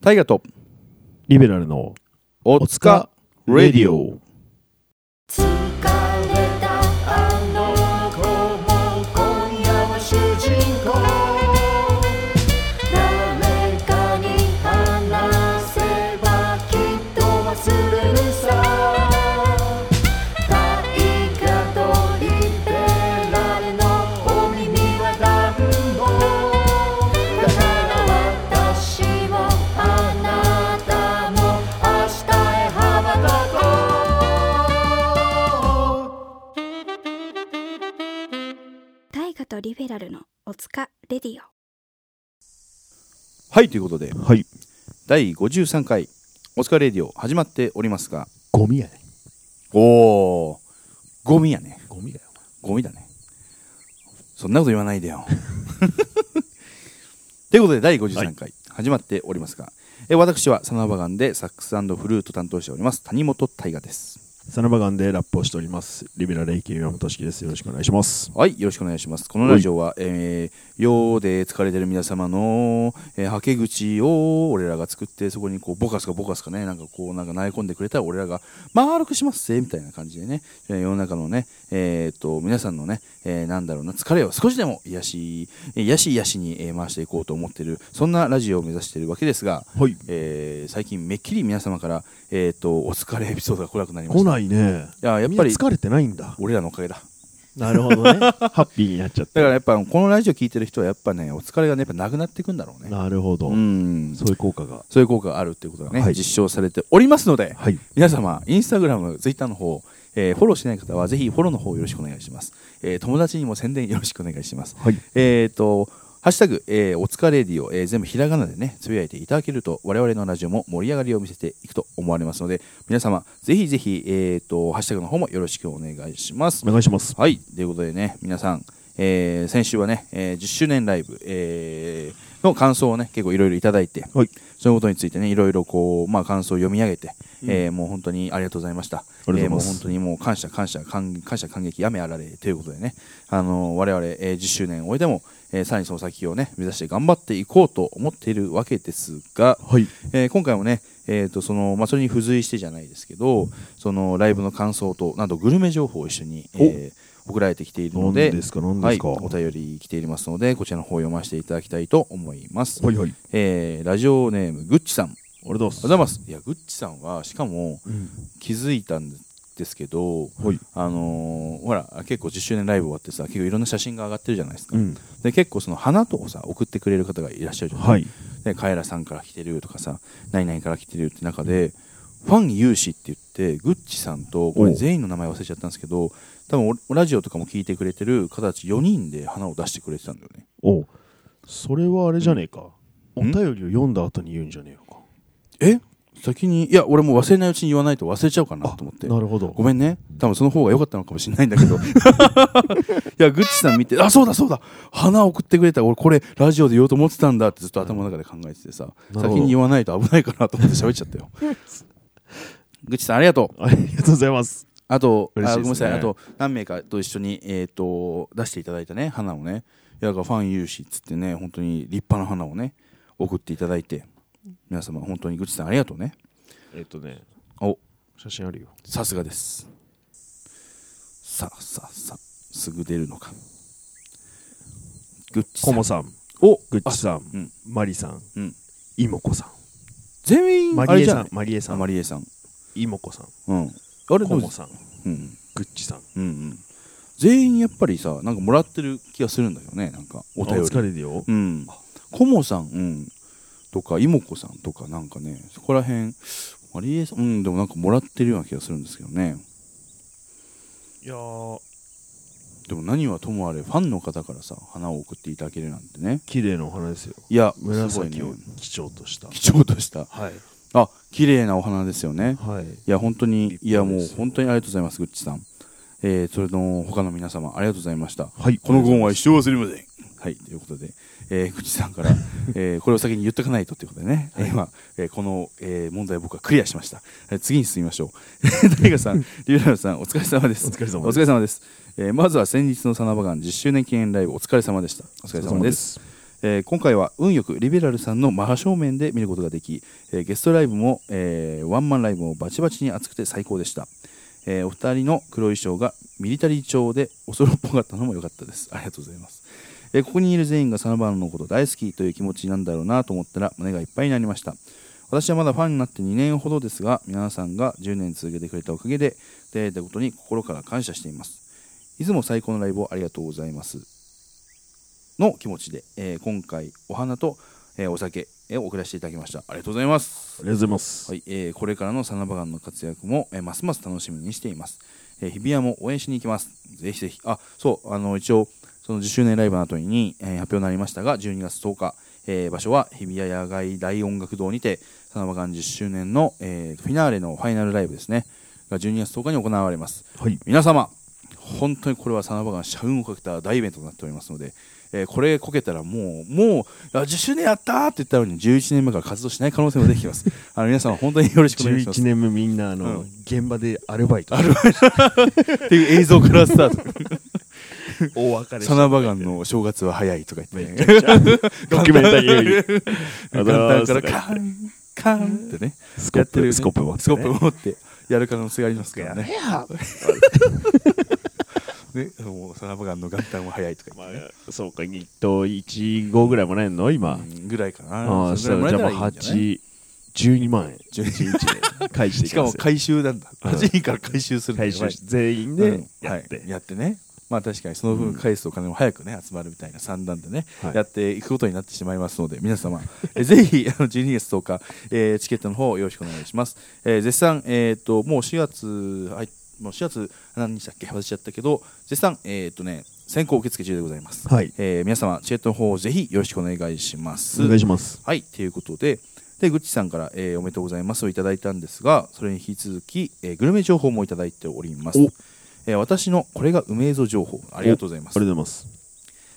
大河とリベラルのおつかレディオ。疲れたあの子も今夜は主人公誰かに話せばきっと忘れるさ大河とリベラルのお耳は暖房だから私もあなたも明日へ羽ばたこう大河とリベラルのおつかレディオはい、ということで、はい。第53回、おつかレディオ始まっておりますが、ゴミやね。おー、ゴミやね。ゴミだよ。ゴミだね。そんなこと言わないでよ。ということで、第53回、始まっておりますが、え私はサナバガンでサックスフルート担当しております、谷本大河です。サナバガンでラップをしております。リベラル AK 山本式です。よろしくお願いします。はい、よろしくお願いします。このラジオは、えー、ようで疲れてる皆様の、えー、はけ口を俺らが作って、そこにこう、ボカスかボカスかね、なんかこう、なんか投げ込んでくれたら俺らが丸くしますぜ、みたいな感じでね、えー世の中のね、えーっと、皆さんのね、えーなんだろうな、疲れを少しでも癒し、えー癒し癒しに、えー回していこうと思ってる、そんなラジオを目指しているわけですが、はい。えー最近めっきり皆様から、えーっと、お疲れエピソードが来なくなりまし来た。ないね。いや、やっみんぱなり、疲れてないんだ。俺らのおかげだ。なるほどね。 ハッピーになっちゃだって。からやっぱこのラジオ聞いてる人はやっぱねお疲れがねやっぱなくなっていくんだろうね。なるほど、うん。そういう効果が。そういう効果があるっていうことがね、はい実証されておりますので、はい。皆様インスタグラム、ツイッターの方、えーフォローしてない方はぜひフォローの方よろしくお願いします。えー友達にも宣伝よろしくお願いします。はい。えっ、と。ハッシュタグ、えーお疲れレディオ、えー全部ひらがなでね、つぶやいていただけると、我々のラジオも盛り上がりを見せていくと思われますので、皆様、ぜひぜひ、えっ、と、ハッシュタグの方もよろしくお願いします。お願いします。はい、ということでね、皆さん、えー先週はね、えー10周年ライブ、えーの感想をね、結構いろいろいただいて、はい。そのことについてね、いろいろこう、まあ、感想を読み上げて、うんえーもう本当にありがとうございました。ありがとうございまえすーもう本当にもう感謝、感謝、感感謝、感激、雨あられということでね、あのー我々、えー10周年を終えても、えーさらにその先をね、目指して頑張っていこうと思っているわけですが、はい。えー今回もね、えーとそのまあ、それに付随してじゃないですけどそのライブの感想となどグルメ情報を一緒に、えー送られてきているの何でですか何ですか、はい、お便り来ていますのでこちらの方を読ませていただきたいと思います、はいはい。えーラジオネームぐっちさんありありがとうごがとうございますいやぐっちさんはしかも気づいたんですけどうん。はい。あのーほら結構10周年ライブ終わってさ結構いろんな写真が上がってるじゃないですか、うん。で結構その花とかさ送ってくれる方がいらっしゃるじゃないですかはい。でカエラさんから来てるとかさ何々から来てるって中でファン有志って言ってグッチさんとこれ全員の名前忘れちゃったんですけど多分おラジオとかも聞いてくれてる方たち4人で花を出してくれてたんだよねおうそれはあれじゃねえか。おうん便りを読んだ後に言うんじゃねえのか。え先にいや俺もう忘れないうちに言わないと忘れちゃうかなと思ってなるほど。ごめんね多分その方が良かったのかもしれないんだけ どいやグッチさん見てあそうだそうだ花送ってくれた俺これラジオで言おうと思ってたんだってずっと頭の中で考えててさなるほど先に言わないと危ないかなと思って喋っちゃった よグッチさんありがとう ありがとうございます。あと、嬉あしいごでめすねんなさい、あと何名かと一緒に、えー、と出していただいたね、花をね、いやだからファン有志っつってね、本当に立派な花をね、送っていただいて、皆様、本当にグッチさん、ありがとうね。えっとね、お写真あるよ。さすがです。さあさあさあ、すぐ出るのか。グッチさコん。モさん、おグッチさん、うんマリさん、うんイモコさん、全員、マあリれエじさゃん、マリエささん。ん、マリエさん。イモコさん、うん。あれコどうモですさん、うんグッチさん、うんうん。全員やっぱりさ、なんかもらってる気がするんだけどね、なんかお便り。疲れるよ。うん、コモさん、うん、とかイモコさんとかなんかねそこら辺マリエさん、うん、でもなんかもらってるような気がするんですけどねいやー、でも何はともあれファンの方からさ花を送っていただけるなんてね綺麗なお花ですよ。いやすごい紫ねを基調とした。貴重としたはい。あ綺麗なお花ですよねはい。いや本当に立いや派もでうすよ本当にありがとうございますグッチさんえー、それの他の皆様ありがとうございましたはい。このご恩は一生忘れません。はい、ということで、えー、口さんから、えーこれを先に言っとかないとということで ね、えー今、えーこの、えー問題を僕はクリアしました。えー次に進みましょう。 大河さん、リュウラルさん、お疲れ様です。お疲れ様でお疲すれ様です。えーまずは先日のサナバガン10周年記念ライブ、お疲れ様でした。おお疲れ様です。。えー今回は運よくリベラルさんの真正面で見ることができ、えーゲストライブも、えーワンマンライブもバチバチに熱くて最高でした、えーお二人の黒衣装がミリタリー調でおそろっぽかったのも良かったですありがとうございますえーここにいる全員がサナバンのこと大好きという気持ちなんだろうなと思ったら胸がいっぱいになりました私はまだファンになって2年ほどですが皆さんが10年続けてくれたおかげで出会えたことに心から感謝していますいつも最高のライブをありがとうございますの気持ちで、えー今回お花と、えーお酒を送らせていただきましたありがとうございますりがとうございます。はいえーこれからのサナバガンの活躍も、えーますます楽しみにしています、えー日比谷も応援しに行きますぜひぜひあそうあの一応その10周年ライブの後に、えー発表になりましたが12月10日、えー場所は日比谷野外大音楽堂にてサナバガン10周年の、えーフィナーレのファイナルライブですねが12月10日に行われますはい。皆様本当にこれはサナバガン社運をかけた大イベントになっておりますので、えーこれこけたらもうもうあ10周年やったーって言ったのに11年目から活動しない可能性も出てきます あの皆様本当によろしくお願いします11年目みんなあの、うん現場でアルバイト。っていう映像からスターお別トれサナバガンの正月は早いとか言って、ね、ドキュメンタリー。 簡単からカンカンってねスやってるよねスコップ持ってねスコップ持ってやる可能性がありますからね ねもうサナバガンの元旦は早いとか言まっあて、ね、そうか、1頭1号ぐらいもらえんの今。うんぐらいかなああ、そしたれぐららいじもゃらあえたもうらいいんじゃない8、12万円。11日で返していしきまかもすよ回収なんだ、うん8人から回収するんだ回よ収して全員でやって、はい、やってねまあ確かにその分返すお金も早くね集まるみたいな算段でね、はいやっていくことになってしまいますので皆様 えぜひあの12月10日、えーチケットの方よろしくお願いします、えー絶賛、えー、ともう4月はいもう4月何日だっけ忘れちゃったけど絶賛えっ、とね先行受付中でございます、はいえー皆様チケットの方ぜひよろしくお願いしますお願いしますはい、ということで、で、ぐっちさんから、えーおめでとうございますをいただいたんですが、それに引き続き、えーグルメ情報もいただいておりますお。えー私のこれがうめえぞ情報、ありがとうございますあり。がとうございます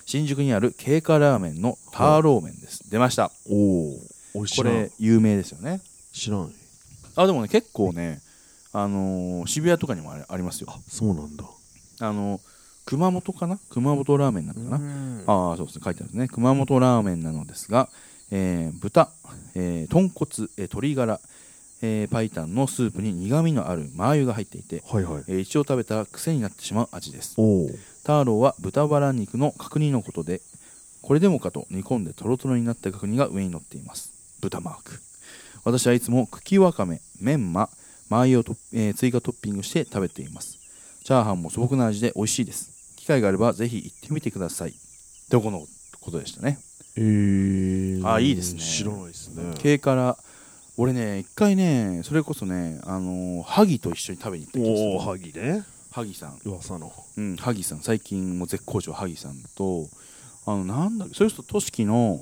新宿にある経過ラーメンのターローメンです。出ました。おお俺こ知らんれ、有名ですよね。知らんあ、でもね、結構ね、あのー渋谷とかにもあれありますよ。そうなんだあのー熊本かな熊本ラーメンなのかな、ああそうですね書いてあるんですね熊本ラーメンなのですが、えー豚、えー豚骨、えー鶏ガラ、えー、白湯のスープに苦みのある麻油が入っていて、はいはいえー一応食べたら癖になってしまう味ですおおターローは豚バラ肉の角煮のことでこれでもかと煮込んでトロトロになった角煮が上に乗っています豚マーク私はいつも茎わかめメンママー油をと、えー追加トッピングして食べていますチャーハンも素朴な味で美味しいです機会があればぜひ行ってみてくださいというこのことでしたねえー、あいいですね知らないですね経から俺ね一回ねそれこそねあのー萩と一緒に食べに行った気がするおお萩ね萩さん噂のうん、萩さん最近もう絶好調萩さんとあのなんだっけそれこそとしきの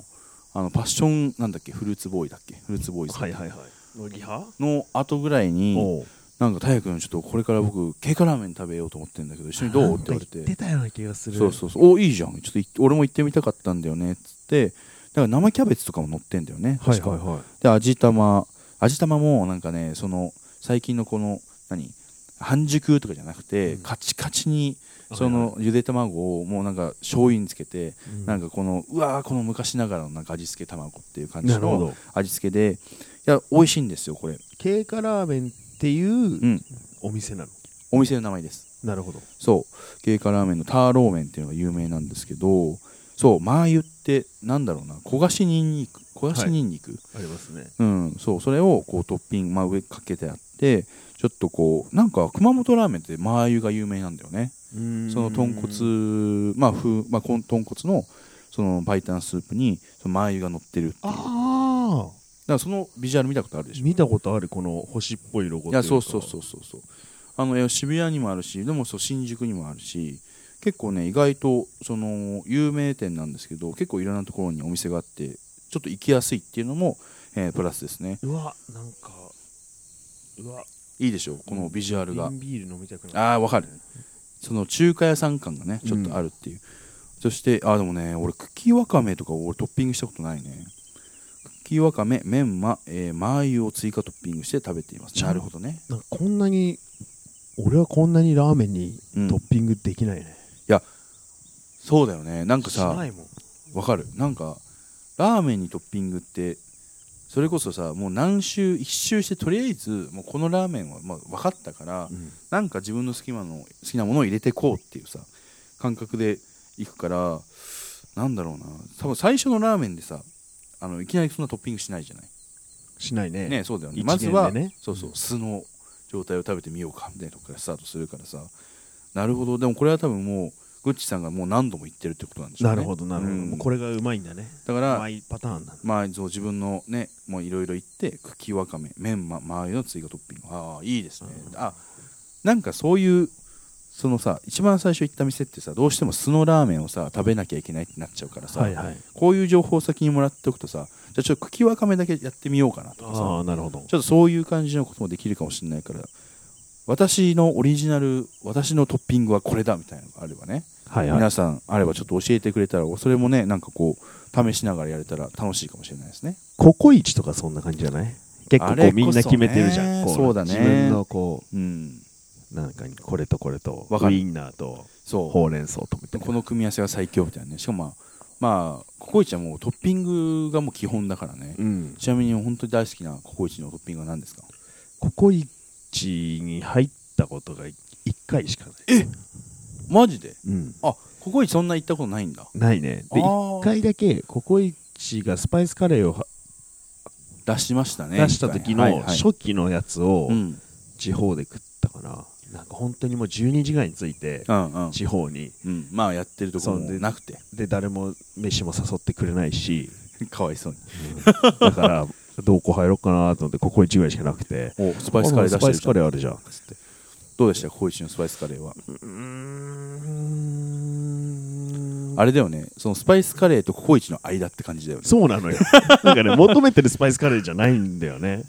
あのパッションなんだっけフルーツボーイだっけフルーツボーイさん、はいはいはい乃木派の後ぐらいにおなんか太く君ちょっとこれから僕経過ラーメン食べようと思ってるんだけど一緒にどうって言われてたような気がすそうそうそうおいいじゃんちょっとい俺も行ってみたかったんだよねっつってだから生キャベツとかも乗ってんだよねはい確かはいはいで味玉味玉もなんかねその最近のこの何半熟とかじゃなくて、カチカチにそのゆで卵をもうなんか醤油につけて、なんかこのうわーこの昔ながらのなんか味付け卵っていう感じなるほのど味付けでいや美味しいんですよこれ、、経過ラーメンっていううんお店なのお店の名前ですなるほどそう経過ラーメンのターローメンっていうのが有名なんですけどそう麻油ってなんだろうな焦がしにんにく焦がしにんにく、ありますねうん、そうそれをこうトッピング、まあ、上かけてあってちょっとこうなんか熊本ラーメンって麻油が有名なんだよねその豚骨、まあ風まあ、こん豚骨のその白湯スープにその麻油が乗ってるっていうだかああらそのビジュアル見たことあるでしょ見たことあるこの星っぽいロゴいやそうそうそううそうそうあのいや渋谷にもあるしでもそう新宿にもあるし結構ね意外とその有名店なんですけど結構いろんなところにお店があってちょっと行きやすいっていうのも、えープラスですねうわなんかうわいいでしょうこのビジュアルが瓶ビール飲みたくなるああわかるその中華屋さん感がねちょっとあるっていう、そしてあーでもね俺茎わかめとか俺トッピングしたことないね茎わかめメンマ、えー、麻油を追加トッピングして食べていますちゃんなるほどねなんかこんなに俺はこんなにラーメンにうんトッピングできないね、そうだよねなんかさしないもんわかるなんかラーメンにトッピングってそれこそさもう何周一周してとりあえずもうこのラーメンはまあ分かったから、なんか自分の好きなの好きなものを入れてこうっていうさ感覚でいくからなんだろうな多分最初のラーメンでさあのいきなりそんなトッピングしないじゃないしないねねそうだよね一ま元ずでねは、そうそううん素の状態を食べてみようかみたいなとこからスタートするからさなるほどでもこれは多分もうグッチさんがもう何度も言ってるってことなんでしょうなねるほどなるほど、うんもうこれがうまいんだねだかうらまいパターンなんだまあ、そう自分のねもういろいろ言って茎わかめメンマ周りの追加トッピングああいいですね、あなんかそういうそのさ一番最初行った店ってさどうしても素のラーメンをさ食べなきゃいけないってなっちゃうからさ、はいはいこういう情報を先にもらっておくとさじゃあちょっと茎わかめだけやってみようかなとかさああなるほどちょっとそういう感じのこともできるかもしれないから私のオリジナル私のトッピングはこれだみたいなのがあればね、はい皆さんあればちょっと教えてくれたらそれもねなんかこう試しながらやれたら楽しいかもしれないですねココイチとかそんな感じじゃない結構あこれこうそねみんな決めてるじゃんこそうだね自分のこうんうなんかこれとこれとわかウるインナーとそほうれん草とみうたいなこの組み合わせは最強みたいなねしかもまあまあココイチはもうトッピングがもう基本だからね、うんちなみに本当に大好きなココイチのトッピングは何ですかココイチに入ったことが1回しかないマジでうんあココイチそんな行ったことないんだないねであー1回だけココイチがスパイスカレーをは出しましたね出した時はいはのい初期のやつをうん地方で食ったからなんか本当にもう12時ぐらいについてうんうん地方にうん、まあやってるところもなくて で誰も飯も誘ってくれないしかわいそうにだから、どこ入ろうかなと思って、ここ1ぐらいしかなくて。おスパイスカレー出あスパイしスてカるレーあるじゃん。つって。どうでしたココイチのスパイスカレーは、うーんあれだよねそのスパイスカレーとココイチの間って感じだよねそうなのよ。なんかね、求めてるスパイスカレーじゃないんだよね。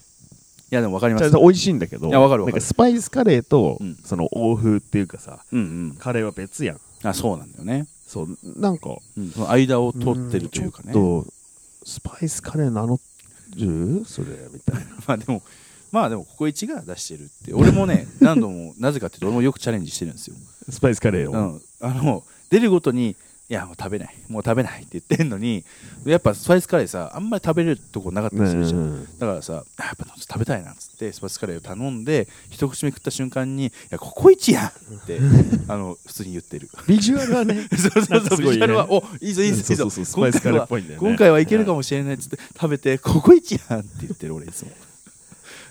いやでも分かりまちゃすんと美味しいんだけど、いやわかるわなかるんかスパイスカレーと、うんその欧風っていうかさ、うんうんカレーは別やん。あそうなんだよね、そう、なんか、うん、その間を取ってるというかねちょっと、スパイスカレー名乗るそれ、みたいな。まあでもまあでもココイチが出してるって俺もね 何度もなぜかっていうと俺もよくチャレンジしてるんですよ、 スパイスカレーうを。ん、あの出るごとにいやもう食べないもう食べないって言ってんのにやっぱスパイスカレーさあんまり食べれるとこなかったりするじゃん、うんだからさあやっぱ食べたいなっつってスパイスカレーを頼んで一口目食った瞬間に「いやココイチやん!」って あの普通に言ってる、ビジュアルはねそうそうなんそかうすビごいジュねアルは「おいいぞいいぞいいぞ そうそうそう今スパイスカ回レーはっぽいんだよね今回はいけるかもしれない」っつって食べて「ココイチやん!」って言ってる俺いつも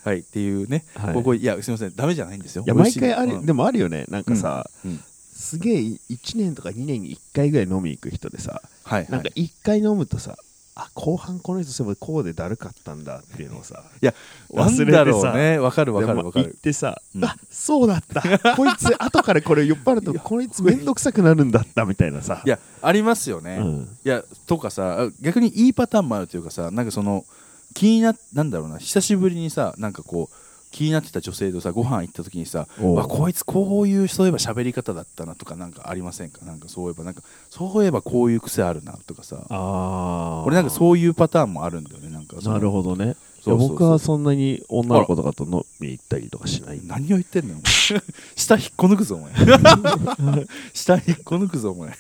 はいっていうね、はいここいやすいませんダメじゃないんですよいや美味毎しい回ある、うんでもあるよねなんかさ、うんすげえ1年とか2年に1回ぐらい飲みに行く人でさはいはなんいか1回飲むとさ、あ後半この人そういえばこうでだるかったんだっていうのをさいやなん忘れてさだろうねわかるわかでるもわか行っるてさ、うんあそうだったこい つ後からこれ酔っ払うとこいつ面倒くさくなるんだったみたいなさいやありますよね、うんいやとかさ逆にいいパターンもあるというかさなんかその気にななんだろうな久しぶりにさなんかこう気になってた女性とさご飯行った時にさおうわこいつこういうそういえば喋り方だったなとかなんかありませんかなんかそういえばなんかそういえばこういう癖あるなとかさあー俺なんかそういうパターンもあるんだよねなんかそのなるほどねそうそうそういや僕はそんなに女の子とかと飲みに行ったりとかしない何を言ってんのお前 下引っこ抜くぞお前下引っこ抜くぞお前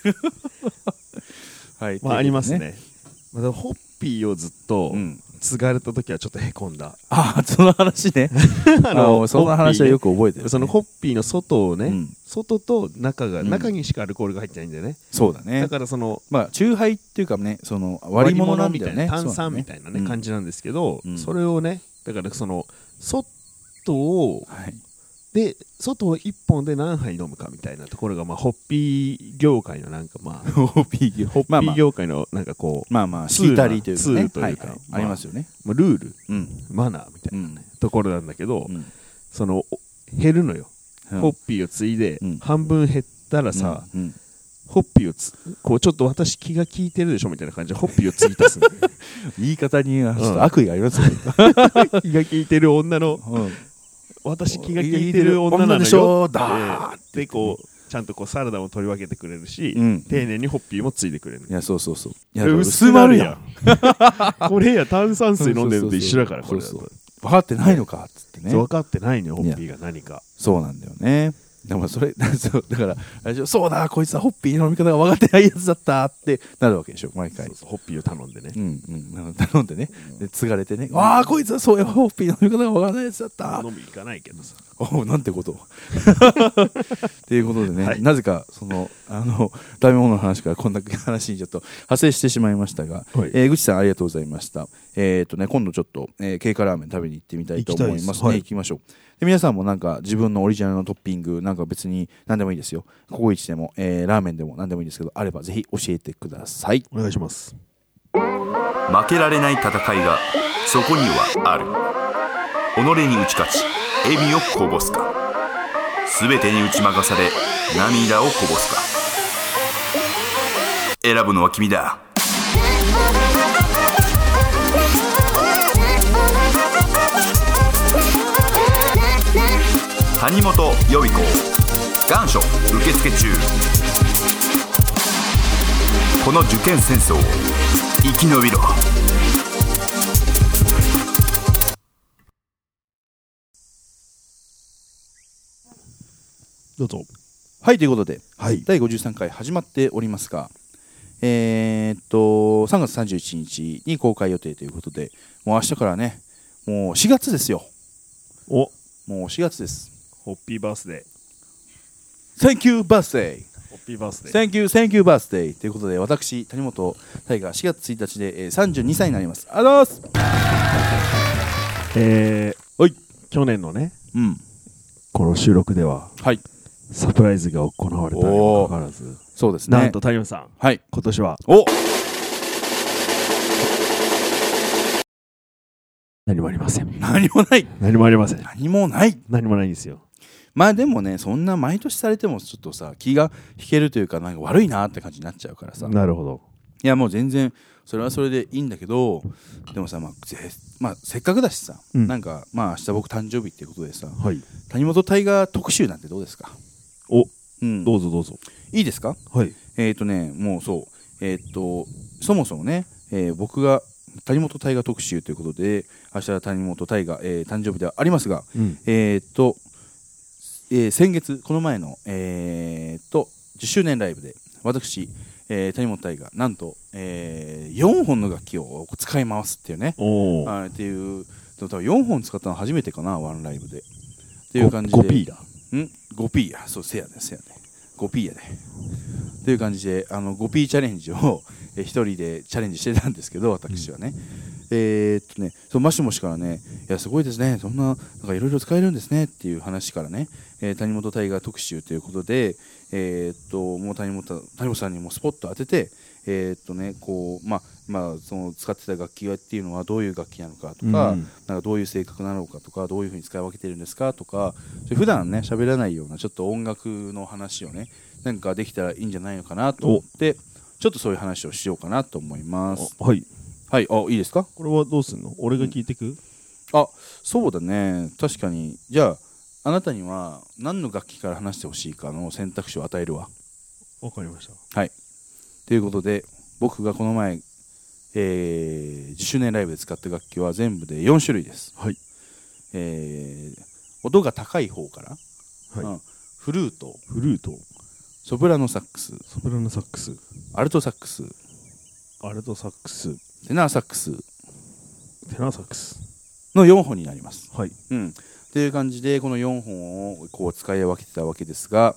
はいまあ、ありますというね。まあ、でもホッピーをずっとうん継がれた時はちょっとへこん だ。ああその話 ねあのそんな話はよく覚えてる、ホッピーねそのホッピーの外をね、うん外と中が、うん中にしかアルコールが入ってないんだよね。そうだねだからそのまあ酎ハイっていうかねその割り物なんだよね割り物みたいな炭酸みたいなね感じ、じなんですけど、うんそれをね、だからその外をうんはい、で外を一本で何杯飲むかみたいなところがまあホッピー業界のなんか まあホホッピー業ホッピー業界のなんかこう、まあまあまあしきたりというかねツールというかはいはいまあありますよねまあルールうんマナーみたいなうんところなんだけど、うんそのお減るのよ、うんホッピーを継いで、うん半分減ったらさ、うんうんホッピーをつこうちょっと私気が利いてるでしょみたいな感じでホッピーを継ぎ足すの言い方にはちょっと悪意がありますよ、 気が利いてる女のうん私気が利いてる女なのよ女でしょだーってでこうちゃんとこうサラダも取り分けてくれるし、うん丁寧にホッピーも継いでくれるいやそうそうそういいや薄まるやん これや炭酸水飲んでるのと一緒だからこそうれだそうと分かってないのかっつってねそう分かってないのよホッピーが何かそうなんだよねでもそれ そうだからあれでしょそうだこいつはホッピーの飲み方が分かってないやつだったってなるわけでしょ毎回そうそうホッピーを頼んでねうんうん、頼んでね、で継がれてね、ああ、こいつはそうや、ホッピーの飲み方がわからないやつだった。飲み行かないけどさおうなんて こと。っていうことでね、はいなぜか、その、あの、食べ物の話からこんな話にちょっと派生してしまいましたが、はいえー、口さんありがとうございました。えっ、とね、今度ちょっと、えー、経過ラーメン食べに行ってみたいと思いますね。行きた行いですはいきましょう。で皆さんもなんか自分のオリジナルのトッピングなんか別に何でもいいですよ。ココイチでも、えーラーメンでも何でもいいですけどあればぜひ教えてください。お願いします負けられない戦いがそこにはある己に打ち勝ち笑みをこぼすか全てに打ち負かされ涙をこぼすか選ぶのは君だ谷本予備校願書受付中この受験戦争を生き延びろどうぞはい、ということで、はい第53回始まっておりますが、えーっと、3月31日に公開予定ということで、もう明日からね、もう4月ですよ。おもう4月です。ホッピーバースデ Thank you, birthday! ーホッピーバースデー Thank you, thank you, birthday! ということで、私、谷本大が4月1日で、えー32歳になります。ありがとうございますえー、おい去年のねうん。この収録でははい。サプライズが行われたにもかかわらず、そうですね。なんと谷本さんはい。今年はお何もありません何もない何もありません何もない何もないんですよまあでもね、そんな毎年されても、ちょっとさ、気が引けるというか、なんか悪いなって感じになっちゃうからさ。なるほどいやもう全然それはそれでいいんだけどでもさ、まあぜまあ、せっかくだしさ、うんなんかまあ明日僕誕生日ってことでさはい谷本タイガー特集なんてどうですか、おうん、どうぞどうぞいいですかはいえっ、ー、とねもうそうえっ、とそもそもね、えー僕が谷本タイガー特集ということで明日は谷本タイガー、えー誕生日ではありますがうんえっ、と、えー先月この前のえっ、と10周年ライブで私、えー谷本大がなんと、え4本の楽器を使い回すっていうねおあーっていうでも多分4本使ったの初めてかなワンライブでってていう感じで 5P だん 5P やそうせやねせやね 5P やねという感じであの 5P チャレンジをえー一人でチャレンジしてたんですけど私はね、えーっとねそうマシモシからねいやすごいですねそんななんかいろいろ使えるんですねっていう話からね、えー谷本大河特集ということでえーっともう谷本谷本さんにもスポッと当ててえーっとねこうまあまあその使ってた楽器っていうのはどういう楽器なのかとか、うんなんかどういう性格なのかとかどういうふうに使い分けてるんですかとかそういう普段ね喋らないようなちょっと音楽の話をねなんかできたらいいんじゃないのかなと思ってちょっとそういう話をしようかなと思いますおはいはいあいいですかこれはどうすんの俺が聞いてくあそうだね確かにじゃああなたには何の楽器から話してほしいかの選択肢を与えるわわかりましたはいということで僕がこの前、えー10周年ライブで使った楽器は全部で4種類ですはいえー音が高い方から、はいうんフルートフルートソプラノサックスソプラノサックスアルトサックスアルトサックステナーサックステナーサックスの4本になります。はいうん、っていう感じでこの4本をこう使い分けてたわけですが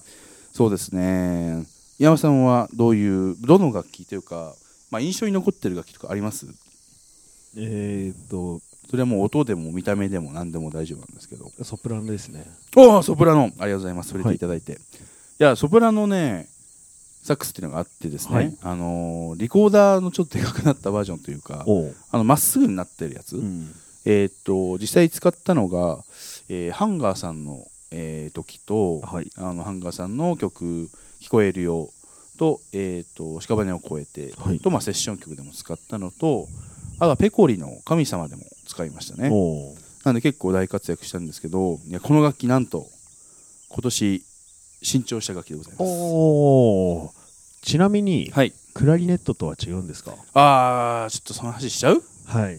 そうですね山さんはどういうどの楽器というか、まあ、印象に残ってる楽器とかありますえー、っとそれはもう音でも見た目でも何でも大丈夫なんですけどソプラノですねおおソプラノありがとうございます触れていただいて、い、やソプラノねサックスっていうのがあってですね、はいあのーリコーダーのちょっとでかくなったバージョンというかおあのまっすぐになってるやつ、うんえーっと実際使ったのが、えーハンガーさんの、えー時と、はいあのハンガーさんの曲「聞こえるよ」と「えーっと屍を越えて」はいと、まあ、セッション曲でも使ったのとあとはペコリの「神様」でも使いましたねおーなんで結構大活躍したんですけどいやこの楽器なんと今年新調した楽器でございますおーちなみに、はいクラリネットとは違うんですかあーちょっとその話しちゃうはいい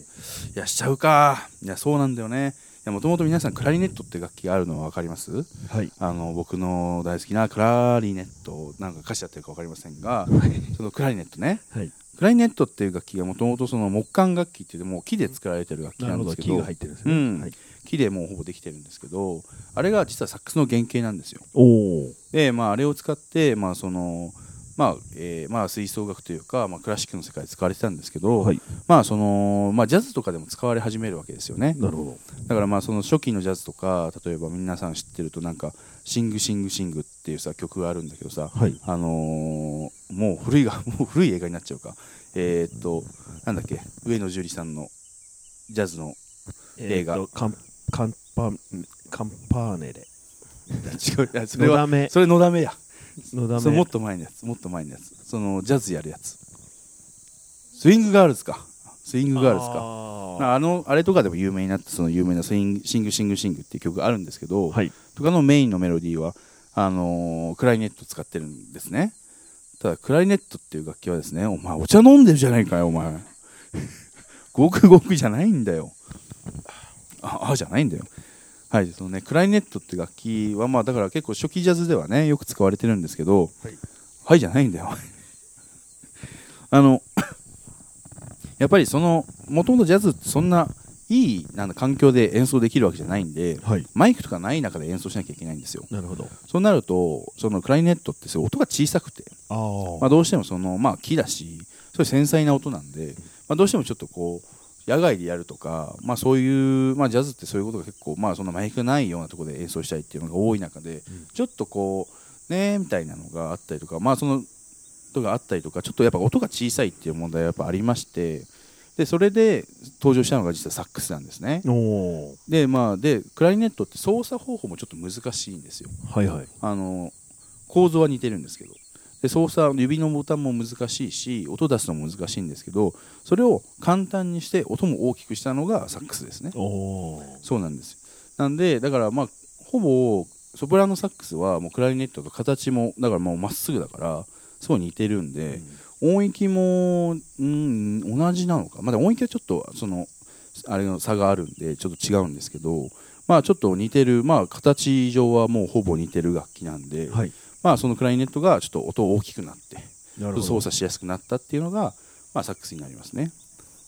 やしちゃうかいやそうなんだよねいやもともと皆さんクラリネットって楽器があるのは分かりますはい。あの僕の大好きなクラリネットなんか歌詞やってるか分かりませんがそのクラリネットねはい。クラリネットっていう楽器がもともとその木管楽器っていうもう木で作られてる楽器ななるんほですけど。木どが入ってるんですうね。んはい、木でもうほぼできてるんですけどあれが実はサックスの原型なんですよおお。で、まあ、あれを使って、まあそのまあえーまあ、吹奏楽というか、まあ、クラシックの世界で使われてたんですけど、はいまあそのまあ、ジャズとかでも使われ始めるわけですよねなるほど。だからまあその初期のジャズとか例えば皆さん知ってるとなんか「シングシングシング」っていうさ曲があるんだけどさ、はいあのーもう古いが もう古い映画になっちゃうかえーっとなんだっけ上野樹里さんのジャズの映画えーとカンカンパカンパーネレ。違ういやそれのはだめ。それのだめやのだそれめもっ。と前のやつもっと前のやつそのジャズやるやつスイングガールズかスイングガールズかか。あのあれとかでも有名になったその有名なスイング「シングシングシング」っていう曲があるんですけど、はい。とかのメインのメロディーはあのークラリネット使ってるんですねただクラリネットっていう楽器はですねお前お茶飲んでるじゃないかよお前 ごくごくじゃないんだよああじゃないんだよはいそのねクラリネットって楽器はまあだから結構初期ジャズではねよく使われてるんですけどはいはいじゃないんだよ あのやっぱりそのもともとジャズってそんないいなんだ環境で演奏できるわけじゃないんで、はい。マイクとかない中で演奏しなきゃいけないんですよなるほど。そうなるとそのクラリネットってすごい音が小さくて、あまあ、どうしてもその、まあ、木だしそういう繊細な音なんで、まあ、どうしてもちょっとこう野外でやるとか、まあ、そういう、まあ、ジャズってそういうことが結構、まあ、そんなマイクがないようなところで演奏したいっていうのが多い中で、ちょっとこうねみたいなのがあったりとかまあそのとがあったりとかちょっとやっぱ音が小さいっていう問題はやっぱありましてでそれで登場したのが実はサックスなんですねあ。おお。でまあでクラリネットって操作方法もちょっと難しいんですよはいはい。あの構造は似てるんですけどで操作指のボタンも難しいし音出すのも難しいんですけどそれを簡単にして音も大きくしたのがサックスですねおお。そうなんですなんでだからまあほぼソプラノサックスはもうクラリネットと形もだからもうまっすぐだからすごい似てるんで、音域も、うん、同じなのかまだ音域はちょっとそのあれの差があるんでちょっと違うんですけどまあちょっと似てるまあ形上はもうほぼ似てる楽器なんで、はい。まあそのクラリネットがちょっと音大きくなってなるほど。操作しやすくなったっていうのが、まあ、サックスになりますね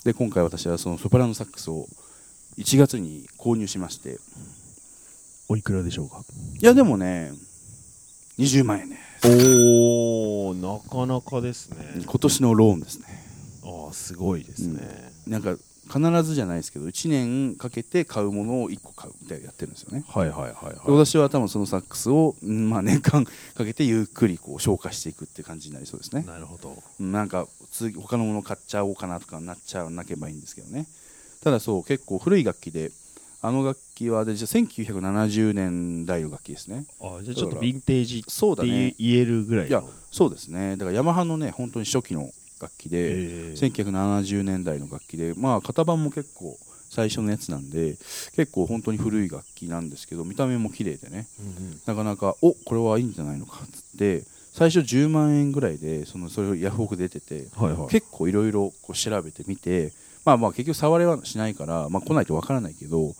で今回私はそのソプラノサックスを1月に購入しましておいくらでしょうか。いやでもね20万円ねおお、なかなかですね。今年のローンですねああ、すごいですね。なんか必ずじゃないですけど1年かけて買うものを1個買うみたいなやってるんですよねはいはいはいではい。私は多分そのサックスを、うんまあ、年間かけてゆっくりこう消化していくって感じになりそうですねなるほど。なんか次他のもの買っちゃおうかなとかなっちゃわなければいいんですけどねただそう結構古い楽器であの楽器はでじゃあ1970年代の楽器ですねああ、じゃだあちからょっとヴィンテージってそうだね言えるぐらいいやの。そうですねだからヤマハのね本当に初期の楽器で、えー1970年代の楽器でまあ型番も結構最初のやつなんで結構本当に古い楽器なんですけど見た目も綺麗でねうんなかなかおこれはいいんじゃないのかっつって最初10万円ぐらいでそのそれをヤフオクで出てて、はいはい結構いろいろこう調べてみてまあまあ結局触れはしないから、まあ、来ないとわからないけど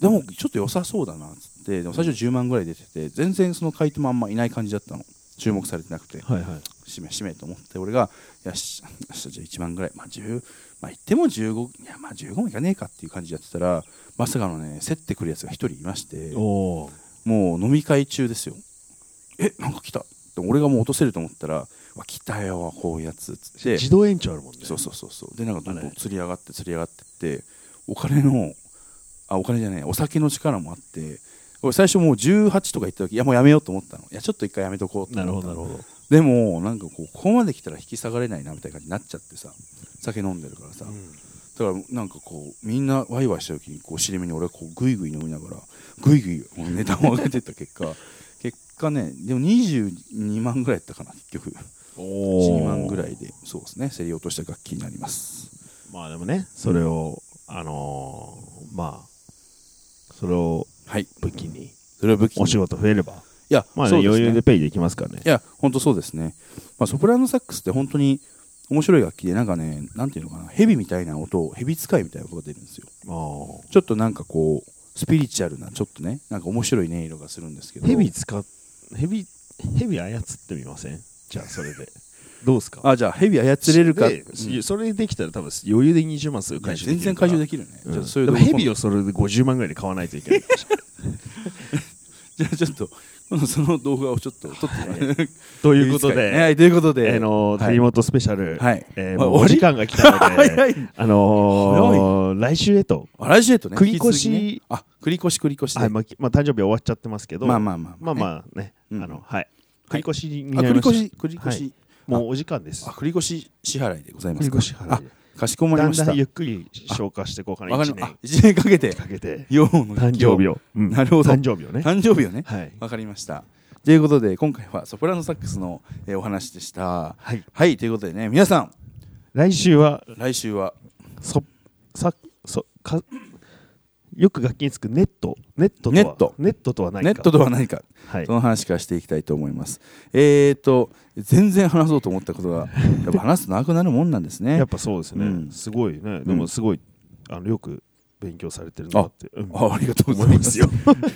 でもちょっと良さそうだなっつってでも最初10万ぐらい出てて全然その買い手もあんまいない感じだったの注目されてなくてうんはいはい。しめしめと思って俺がよしよしじゃあ1万ぐらいまあ10まあ言っても15いやまあ15もいかねえかっていう感じでやってたらまさかのね競ってくるやつが1人いましておお。もう飲み会中ですよえなんか来たでも俺がもう落とせると思ったら「わ来たよこういうやつ」っつって自動延長あるもんね。そうそうそうそうでなんかどんどあんれ釣り上がって釣り上がってってお金のあお金じゃないお酒の力もあって俺最初もう18とか言った時いやもうやめようと思ったのいやちょっと一回やめとこうとなる思ほったどのなるほど。でもなんかこうここまで来たら引き下がれないなみたいな感じになっちゃってさ酒飲んでるからさ、だからなんかこうみんなワイワイした時にこう尻目に俺はこうグイグイ飲みながらグイグイ値段を上げてった結果 結果ねでも22万ぐらいやったかな結局お12万ぐらい。いでそうですね競り落とした楽器になりますまあでもね、それを、あのー、まあ、それをはい武器に、それは武器にお仕事増えれば、いや、まあそねうです余ね裕でペイできますからねい。や、本当そうですね。まあ、ソプラノサックスって本当に面白い楽器で、なんかね、なんていうのかな、蛇みたいな音を、蛇使いみたいな音が出るんですよ。ああ。ちょっとなんかこう、スピリチュアルなちょっとねなんか面白い音色がするんですけど蛇使っ蛇蛇操ってみませんじゃあそれでどうですかあじゃあヘビ操れるかでうんそれできたら多分余裕で20万する回収で全きる然から回収できるね、うんじゃあでもとこヘビをそれで50万ぐらいで買わないといけないじゃ あちょっと今度その動画をちょっと撮ってもらえ とということで、 はい、ということで、えーのはい谷本スペシャル、はいえーあも終うわおり時間が来たので 早いあのー来週へと、あ来週へとね繰り越し引き続きねあ繰り越し繰り越しで、はいまあきまあ、誕生日は終わっちゃってますけどまあまあまあまあまあね、うんあのはいは繰いり越しにあな繰りりました越し繰り越し、もうお時間ですあ繰り越し支払いでございますか繰り越し払いであかしこまりだまんしただんゆっくり消化していこうかなわかり1まあ年一年かけて かけて用の誕生日を、うんなるほど誕生日をね誕生日をねはいわかりましたということで今回はソプラノサックスの、えーお話でしたはいはいということでね皆さん来週は来週はそさそかよく楽器につくネットネットとはネットネットとはないかネットとは何かはいその話からしていきたいと思いますえーと全然話そうと思ったこと がやっぱ話すと長くなるもんなんですねやっぱそうですね、うんすごいねでうもんすごいあのよく勉強されてるなって、うんあありがとうござい ます思いますよ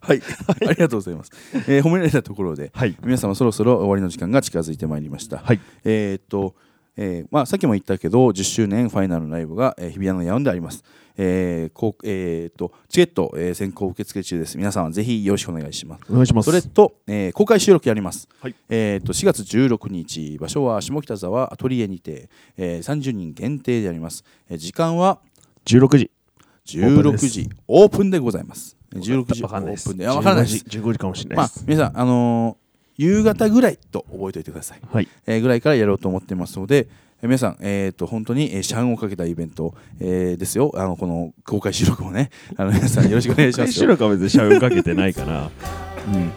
はい、ありがとうございます、えー褒められたところで、はい皆様そろそろ終わりの時間が近づいてまいりました、はいえーっと、えーまあ、さっきも言ったけど10周年ファイナルライブが、えー日比谷のヤウンであります、えーこうえーっとチケット、えー先行受付中です皆さんはぜひよろしくお願いしますお願いしますそれと、えー公開収録やります、はいえーっと4月16日場所は下北沢アトリエにて、えー30人限定であります、えー時間は16時ープ16ンです時オープンでございます16時オわかんないでーすプンであわからないです15時15時かもしれなまいあです、、皆さん、あのー夕方ぐらいと覚えておいてください、はいえーぐらいからやろうと思ってますので、えー皆さん、えー、と本当に、えー、シャンをかけたイベント、えーですよあのこの公開収録もねあの皆さんよろしくお願いしま回す収よ、録は別にシャウかけてないからうん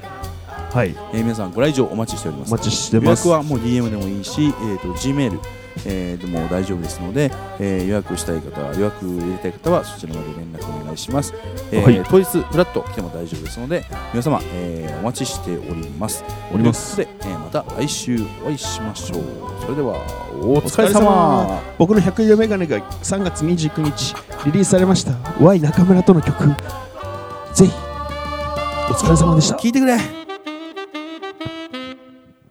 はいえー皆さんご来場お待ちしておりまおす待ちしてます予約はもう DM でもいいし、えー、と G メール、えーでも大丈夫ですので、えー予約したい方は予約入れたい方はそちらまで連絡お願いします、えーはい当日フラッと来ても大丈夫ですので皆様、えーお待ちしておりますおりますということで、えーまた来週お会いしましょうそれではおお疲れ様僕の100色メガネが3月29日リリースされました Y 中村との曲ぜひお疲れ様でした聞いてくれ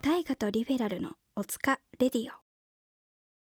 大河とリベラルのおつかレディオ